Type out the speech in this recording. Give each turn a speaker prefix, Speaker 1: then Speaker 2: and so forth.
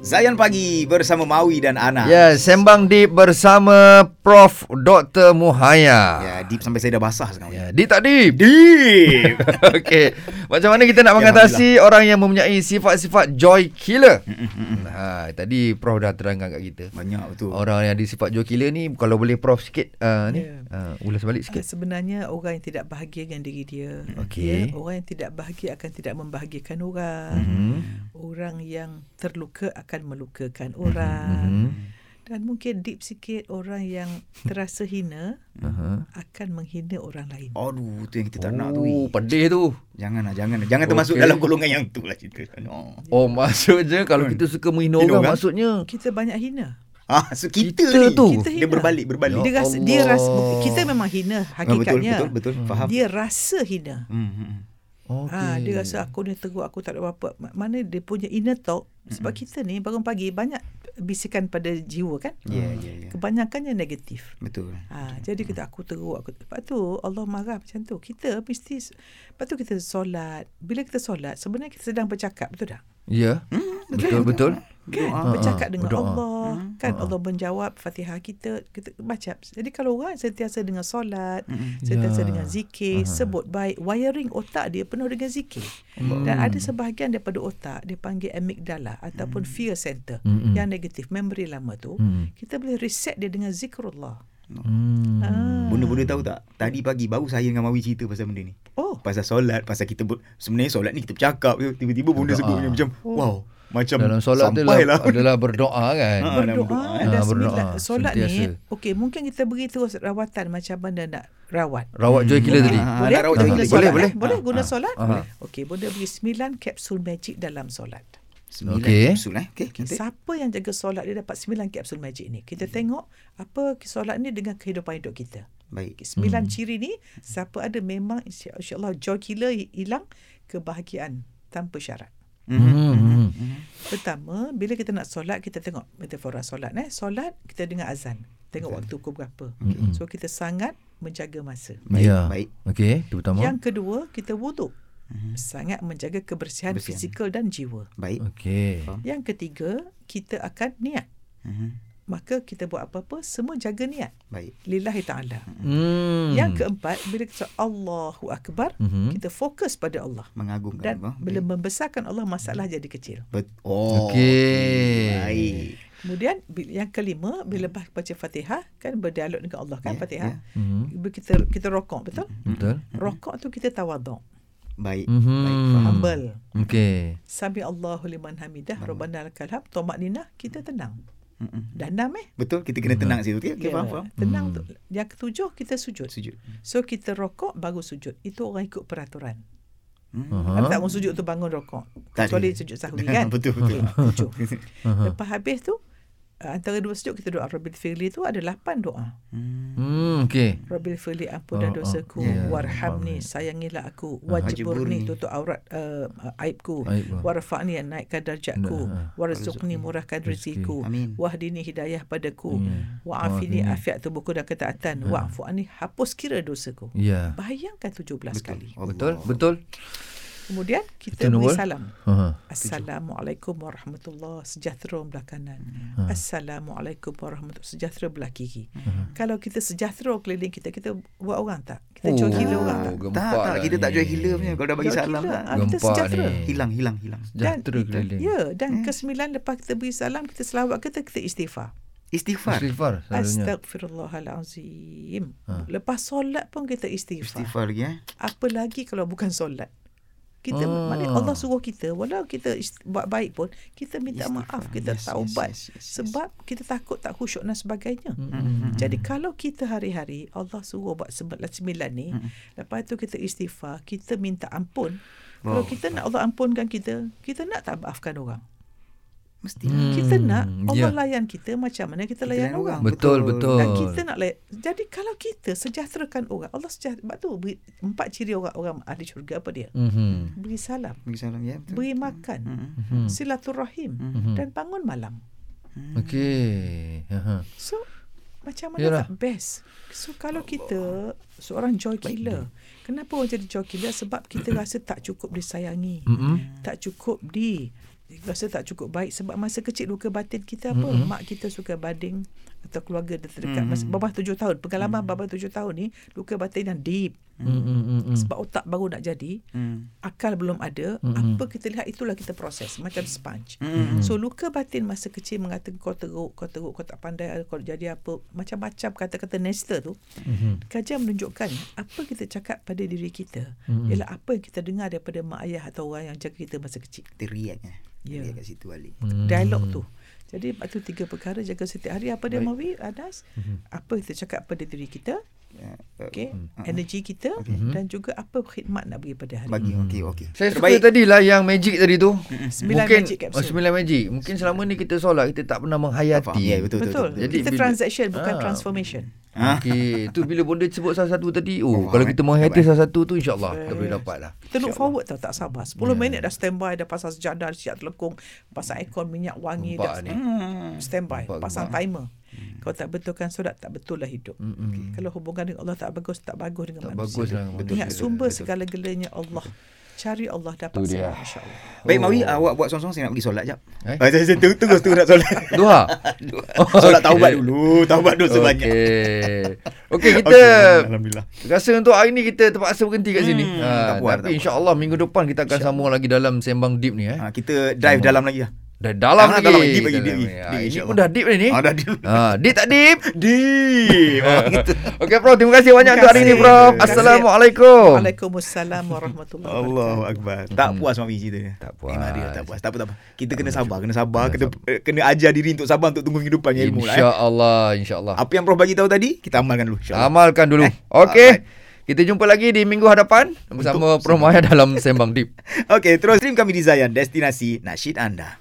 Speaker 1: Zayan Pagi bersama Maui dan Ana.
Speaker 2: Ya, sembang deep bersama Prof Dr Muhaya.
Speaker 1: Ya, deep sampai saya dah basah sekarang. Ya.
Speaker 2: Ya, deep tak deep?
Speaker 1: Deep. Ya,
Speaker 2: Okey. Macam mana kita nak mengatasi orang yang mempunyai sifat-sifat joy killer?
Speaker 1: Hmm,
Speaker 2: ha, tadi Prof dah terangkan kat kita.
Speaker 1: Banyak betul.
Speaker 2: Orang yang ada sifat joy killer ni kalau boleh Prof sikit uh, ni
Speaker 1: Ya.
Speaker 2: yeah. uh, ulas balik
Speaker 3: Uh,
Speaker 2: sikit.
Speaker 3: sebenarnya orang yang tidak bahagia dengan diri dia.
Speaker 2: Okey.
Speaker 3: Ya, orang yang tidak bahagia akan tidak membahagiakan orang.
Speaker 1: Mhm. Hmm.
Speaker 2: Hmm.
Speaker 3: Orang yang terluka akan melukakan
Speaker 1: Mhm,
Speaker 3: orang. Dan mungkin deep sikit orang yang terasa hina
Speaker 2: Uh-huh.
Speaker 3: akan menghina orang lain.
Speaker 1: Aduh, tu yang kita tak nak tu. Wi.
Speaker 2: Oh, pedih tu.
Speaker 1: Janganlah, jangan. Jangan termasuk
Speaker 2: Okey.
Speaker 1: dalam golongan yang tu lah cerita. No.
Speaker 2: Oh, maksudnya kalau
Speaker 1: Hmm.
Speaker 2: kita suka menghina
Speaker 1: Hina
Speaker 2: orang,
Speaker 1: orang.
Speaker 2: maksudnya
Speaker 3: Kita banyak hina.
Speaker 1: Ah, so kita,
Speaker 2: Kita
Speaker 1: ni.
Speaker 2: tu.
Speaker 1: Kita
Speaker 3: Kita
Speaker 1: dia
Speaker 3: hina.
Speaker 1: berbalik,
Speaker 2: Ya Hmm.
Speaker 1: berbalik.
Speaker 3: Dia rasa dia rasa kita memang hina
Speaker 1: Ah, betul,
Speaker 3: hakikatnya.
Speaker 1: betul, betul, faham.
Speaker 3: Dia rasa hina.
Speaker 1: Hmm, hmm, hmm.
Speaker 2: okey.
Speaker 3: Ha, dia rasa aku ni teruk, aku tak ada apa-apa. Ma- Mana dia punya inner talk. Sebab kita ni bangun pagi banyak bisikan pada jiwa kan.
Speaker 1: Ya, ya, ya.
Speaker 3: Kebanyakannya negatif.
Speaker 1: Betul.
Speaker 3: Ha, jadi kita aku teruk aku. Lepas tu Allah marah macam tu. Kita mesti lepas tu kita solat. Bila kita solat sebenarnya kita sedang bercakap betul tak?
Speaker 2: Ya.
Speaker 1: Hmm,
Speaker 2: Betul betul.
Speaker 3: Kan
Speaker 2: Berdoa.
Speaker 3: bercakap
Speaker 2: Ha, ha,
Speaker 3: dengan
Speaker 2: berdoa. Ah,
Speaker 3: Allah, kan Allah menjawab Fatihah kita, kita baca. Jadi kalau orang sentiasa dengan solat, sentiasa
Speaker 2: Ya.
Speaker 3: dengan zikir, sebut baik, wiring otak dia penuh dengan zikir. Dan ada sebahagian daripada otak dia panggil amygdala ataupun fear center
Speaker 2: Mm-mm.
Speaker 3: yang negatif, memory lama tu.
Speaker 2: Hmm.
Speaker 3: Kita boleh reset dia dengan zikrullah.
Speaker 2: Hmm.
Speaker 3: Ah.
Speaker 1: Bunda-bunda tahu tak? Tadi pagi baru saya dengan Mawi cerita pasal benda ni.
Speaker 3: Oh,
Speaker 1: Pasal solat, pasal kita ber, sebenarnya solat ni kita bercakap je. tiba-tiba bunda
Speaker 2: Doa.
Speaker 1: sebut macam macam
Speaker 3: Oh.
Speaker 1: wow, macam
Speaker 2: Dalam solat tu
Speaker 1: sampai
Speaker 2: adalah,
Speaker 1: lah.
Speaker 2: adalah berdoa kan.
Speaker 1: Ha, dalam
Speaker 3: berdoa
Speaker 1: berdoa,
Speaker 2: eh.
Speaker 3: dan
Speaker 2: Ah, berdoa,
Speaker 3: sembilan solat
Speaker 2: sentiasa.
Speaker 3: ni okey mungkin kita beri terus rawatan macam mana nak rawat
Speaker 2: Rawat joy killer tadi.
Speaker 1: Ah,
Speaker 3: boleh
Speaker 1: nak rawat
Speaker 3: Boleh
Speaker 1: jari
Speaker 3: solat,
Speaker 1: boleh,
Speaker 3: eh?
Speaker 1: boleh.
Speaker 3: boleh
Speaker 1: Ah,
Speaker 3: guna solat
Speaker 2: ah.
Speaker 3: boleh okey bunda beri sembilan kapsul magic dalam solat
Speaker 1: Sembilan
Speaker 2: Okey.
Speaker 1: kapsul eh. Okey,
Speaker 3: Okey,
Speaker 1: cantik.
Speaker 3: siapa yang jaga solat dia dapat sembilan kapsul magic ni kita tengok apa solat ni dengan kehidupan hidup kita
Speaker 1: Baik.
Speaker 3: Okey, sembilan ciri ni siapa ada memang insya- insyaallah joy killer hilang kebahagiaan tanpa syarat
Speaker 2: Hmm. hmm.
Speaker 3: Pertama, bila kita nak solat, kita tengok metafora solat. Eh. Solat, kita dengar azan. Tengok waktu pukul berapa.
Speaker 2: Mm-mm.
Speaker 3: So, kita sangat menjaga masa.
Speaker 1: Baik,
Speaker 2: ya.
Speaker 1: baik.
Speaker 2: Okey, itu pertama.
Speaker 3: Yang kedua, kita wuduk. Sangat menjaga kebersihan
Speaker 1: Mhm. Kebersihan.
Speaker 3: fizikal dan jiwa.
Speaker 1: Baik.
Speaker 2: Okey.
Speaker 3: Yang ketiga, kita akan niat.
Speaker 1: Mhm.
Speaker 3: Maka kita buat apa-apa, semua jaga niat.
Speaker 1: Baik.
Speaker 3: Lillahi ta'ala.
Speaker 1: Mhm.
Speaker 2: Hmm.
Speaker 3: Yang keempat, bila kita cakap Allahu Akbar,
Speaker 2: Mhm.
Speaker 3: kita fokus pada Allah.
Speaker 1: Mengagumkan
Speaker 3: Dan
Speaker 1: Allah.
Speaker 3: bila
Speaker 1: Baik.
Speaker 3: membesarkan Allah, masalah jadi kecil.
Speaker 1: Bet- oh.
Speaker 2: Okey.
Speaker 1: Baik.
Speaker 3: Kemudian bi- yang kelima bila bah- baca Fatihah kan berdialog dengan Allah
Speaker 1: Mhm. Ya,
Speaker 3: kan
Speaker 1: Mhm.
Speaker 3: Fatihah.
Speaker 2: Mhm.
Speaker 3: Bila Kita kita rokok betul?
Speaker 2: Betul.
Speaker 3: Rokok tu kita tawaduk,
Speaker 1: Hmm. Baik.
Speaker 2: Mhm.
Speaker 1: Baik. Faham.
Speaker 3: humble.
Speaker 2: Okey.
Speaker 3: Sami Allahu liman hamidah, Rabbana lakal hamd, tamakninah,
Speaker 1: Hmm.
Speaker 3: kita tenang.
Speaker 2: Hmm.
Speaker 1: Mm-mm.
Speaker 3: Danam eh?
Speaker 1: Mhm. Betul, kita kena tenang situ. Okey, okay,
Speaker 3: Ya,
Speaker 1: faham, faham.
Speaker 3: Tenang tu.
Speaker 2: Hmm.
Speaker 3: Yang ketujuh kita sujud.
Speaker 1: Sujud.
Speaker 3: So kita rokok baru sujud. Itu orang ikut peraturan.
Speaker 1: Hmm.
Speaker 2: Aha.
Speaker 3: Kalau tak orang sujud tu bangun rokok.
Speaker 1: Tak
Speaker 3: Kecuali
Speaker 1: ada.
Speaker 3: sujud sahwi kan.
Speaker 1: Betul, betul. Ha.
Speaker 3: Okey, tujuh. Lepas habis tu uh, antara dua sujud kita doa Rabbil Firli tu ada lapan doa.
Speaker 2: Hmm, okey.
Speaker 3: Rabbil firli ampunan
Speaker 2: Oh, oh,
Speaker 3: dosaku
Speaker 2: ya,
Speaker 3: warhamni sayangilah aku
Speaker 1: Ah,
Speaker 3: wajburni
Speaker 1: Wajburni.
Speaker 3: tutup aurat uh, uh, aibku
Speaker 2: Aib.
Speaker 3: warfa'ni naikkan darjatku
Speaker 2: Nah, ah.
Speaker 3: warzuqni murahkan rezekiku
Speaker 1: Amin.
Speaker 3: wahdini hidayah padaku
Speaker 2: Ya. Wa'afini.
Speaker 3: wa'afini afiat tubuhku dan ketaatan
Speaker 2: Hmm.
Speaker 3: wa'fu anni hapus kira dosaku
Speaker 2: Ya.
Speaker 3: bayangkan 17 kali
Speaker 1: Allah.
Speaker 2: Betul, betul.
Speaker 3: kemudian kita
Speaker 2: Betul,
Speaker 3: beri
Speaker 2: Nurul.
Speaker 3: salam
Speaker 2: Ha.
Speaker 3: Assalamualaikum warahmatullahi sejahtera belah kanan.
Speaker 2: Hmm.
Speaker 3: Assalamualaikum warahmatullahi sejahtera belah kiri.
Speaker 2: Hmm.
Speaker 3: Kalau kita sejahtera keliling kita, kita buat orang tak?
Speaker 2: Oh.
Speaker 3: Kita jual gila orang tak?
Speaker 1: Tak, tak,
Speaker 2: lah
Speaker 1: kita tak jual gila punya kalau dah bagi
Speaker 3: Jual
Speaker 1: salam lah.
Speaker 3: gila.
Speaker 1: tak.
Speaker 3: Ah, kita
Speaker 2: Gempak
Speaker 3: sejahtera.
Speaker 2: ni.
Speaker 1: Hilang, hilang, hilang.
Speaker 2: Sejahtera
Speaker 3: itu-
Speaker 2: keliling.
Speaker 3: Ya, dan
Speaker 1: Hmm.
Speaker 3: kesembilan lepas kita beri salam, kita selawat kita, kita istighfar.
Speaker 1: Istighfar.
Speaker 2: Istighfar selalunya.
Speaker 3: Astagfirullahalazim. Lepas solat pun kita istighfar.
Speaker 1: Istighfar lagi eh.
Speaker 3: apa lagi kalau bukan solat kita
Speaker 2: Ah.
Speaker 3: maknanya Allah suruh kita walau kita ist- buat baik pun kita minta
Speaker 1: Istighfar.
Speaker 3: maaf kita
Speaker 1: Yes,
Speaker 3: taubat
Speaker 1: yes, yes, yes, yes.
Speaker 3: sebab kita takut tak khusyuk dan sebagainya
Speaker 2: Hmm, Mm-mm.
Speaker 3: Hmm, jadi kalau kita hari-hari Allah suruh buat sembilan, sembilan ni lepas tu kita istighfar kita minta ampun kalau
Speaker 1: Wow.
Speaker 3: kita nak Allah ampunkan kita kita nak tak maafkan orang
Speaker 1: Mesti.
Speaker 2: Hmm.
Speaker 3: kita nak
Speaker 2: ya.
Speaker 3: Allah layan kita macam mana kita layan,
Speaker 1: layan orang.
Speaker 3: orang
Speaker 2: Betul,
Speaker 1: Betul.
Speaker 2: betul.
Speaker 3: dan kita nak layak. Jadi kalau kita sejahterakan orang, Allah sejahtera. Sebab tu beri, empat ciri orang-orang ahli syurga apa dia?
Speaker 2: Mhm.
Speaker 3: Beri salam,
Speaker 1: Bagi salam ya. Betul. Hmm.
Speaker 3: beri makan,
Speaker 1: Mm-mm.
Speaker 2: Mhm.
Speaker 3: silaturahim
Speaker 2: Mhm.
Speaker 3: dan bangun malam.
Speaker 2: Okey. Ha.
Speaker 3: So macam mana
Speaker 2: Yalah.
Speaker 3: tak best? So kalau kita seorang joy killer,
Speaker 2: Hmm,
Speaker 3: kenapa orang jadi joy killer? Sebab kita rasa tak cukup disayangi,
Speaker 2: Mhm.
Speaker 3: tak cukup di rasa tak cukup baik sebab masa kecil luka batin kita apa mm-hmm. mak kita suka bading atau keluarga terdekat mm-hmm. masa bawah tujuh tahun pengalaman mm-hmm. bawah tujuh tahun ni luka batin yang deep
Speaker 2: Hmm, hmm, hmm, hmm.
Speaker 3: sebab otak baru nak jadi
Speaker 1: Hmm.
Speaker 3: akal belum ada mm-hmm. apa kita lihat itulah kita proses macam sponge mm-hmm. so luka batin masa kecil mengatakan kau teruk kau teruk kau tak pandai kau jadi apa macam-macam kata-kata nester tu mm-hmm. kajian menunjukkan apa kita cakap pada diri kita mm-hmm. ialah apa yang kita dengar daripada mak ayah atau orang yang jaga kita masa kecil
Speaker 1: Kita react eh.
Speaker 3: Ya.
Speaker 1: React kat situ balik.
Speaker 3: dialog tu. Jadi itu tiga perkara jaga setiap hari apa dia Mawi Anas apa kita cakap pada diri kita
Speaker 1: Ya, uh,
Speaker 3: okey energi kita dan juga apa khidmat nak bagi pada
Speaker 1: Uh,
Speaker 3: hari
Speaker 1: Bagi okey okey.
Speaker 2: Saya Terbaik. suka tadi lah yang magic tadi tu.
Speaker 3: Sembilan
Speaker 2: Mungkin,
Speaker 3: magic capsule.
Speaker 2: Oh, sembilan magic. Mungkin selama ni kita solat, kita tak pernah
Speaker 1: Faham.
Speaker 2: menghayati.
Speaker 1: Ya betul betul.
Speaker 3: betul,
Speaker 1: betul.
Speaker 2: Jadi
Speaker 3: kita
Speaker 2: bila-
Speaker 3: transaction bukan
Speaker 2: Ah.
Speaker 3: transformation
Speaker 1: Ah.
Speaker 2: Okey, tu bila bonda sebut salah satu tadi. Oh,
Speaker 1: Oh,
Speaker 2: kalau kita menghayati salah satu tu insya-Allah kita
Speaker 3: Yes.
Speaker 2: boleh dapat lah.
Speaker 3: kita look forward tau tak sabar 10
Speaker 2: Ya.
Speaker 3: minit dah standby dah pasang sejadah dah siap telekung pasang aircon minyak wangi
Speaker 2: Nampak
Speaker 3: dah Hmm,
Speaker 2: ni.
Speaker 3: standby
Speaker 2: Nampak Hmm.
Speaker 3: pasang timer kalau tak betulkan solat tak betul lah hidup okay. kalau hubungan dengan Allah tak bagus tak bagus dengan
Speaker 2: Tak
Speaker 3: manusia
Speaker 2: bagus lah dengan
Speaker 3: ingat
Speaker 2: manusia.
Speaker 3: sumber segala-galanya Allah cari Allah dapat
Speaker 2: Tu dia.
Speaker 3: semua insya-Allah
Speaker 1: Baik Mawi ah, awak buat song-song saya nak pergi solat jap.
Speaker 2: Eh?
Speaker 1: Oh. Eh? Saya, saya tunggu tunggu tunggu nak solat.
Speaker 2: Duha.
Speaker 1: solat taubat dulu, taubat dulu sebanyak.
Speaker 2: Okey. Okey, kita
Speaker 1: Okey, Alhamdulillah.
Speaker 2: Rasa untuk hari ni kita terpaksa berhenti kat sini.
Speaker 1: Hmm,
Speaker 2: ha,
Speaker 1: tak puas, tak
Speaker 2: tapi
Speaker 1: puas.
Speaker 2: insya-Allah minggu depan kita akan sambung lagi dalam sembang deep ni eh.
Speaker 1: Ha, kita dive dalam lagi lah.
Speaker 2: Dah dalam
Speaker 1: Ah,
Speaker 2: lagi.
Speaker 1: dalam, deep lagi, deep
Speaker 2: Dalam
Speaker 1: lagi.
Speaker 2: Ha,
Speaker 1: Deep,
Speaker 2: ini
Speaker 1: insyaAllah.
Speaker 2: pun dah deep dah ni.
Speaker 1: Ah, dah deep.
Speaker 2: Ha, deep tak deep?
Speaker 1: Deep. Ah, gitu.
Speaker 2: Okey Prof, terima kasih banyak
Speaker 3: Terima
Speaker 2: untuk hari ni
Speaker 3: kasih.
Speaker 2: Prof.
Speaker 3: Terima kasih.
Speaker 2: Assalamualaikum.
Speaker 3: Waalaikumsalam warahmatullahi
Speaker 1: Allahu akbar. Tak puas Mawi cerita dia.
Speaker 2: Tak puas.
Speaker 1: Memang dia Hmm. tak puas. Tak apa tak apa. Kita kena sabar, kena sabar, kena eh, kena ajar diri untuk sabar untuk tunggu minggu depan punya ilmu lah. Eh.
Speaker 2: InsyaAllah, insyaAllah.
Speaker 1: Apa Eh, yang prof bagi tahu tadi, kita amalkan dulu insya-Allah.
Speaker 2: Amalkan dulu. Okey. Kita jumpa lagi di minggu hadapan bersama Prof Maya dalam Sembang Deep.
Speaker 1: Okey, terus stream kami di Zayan, destinasi nasyid anda.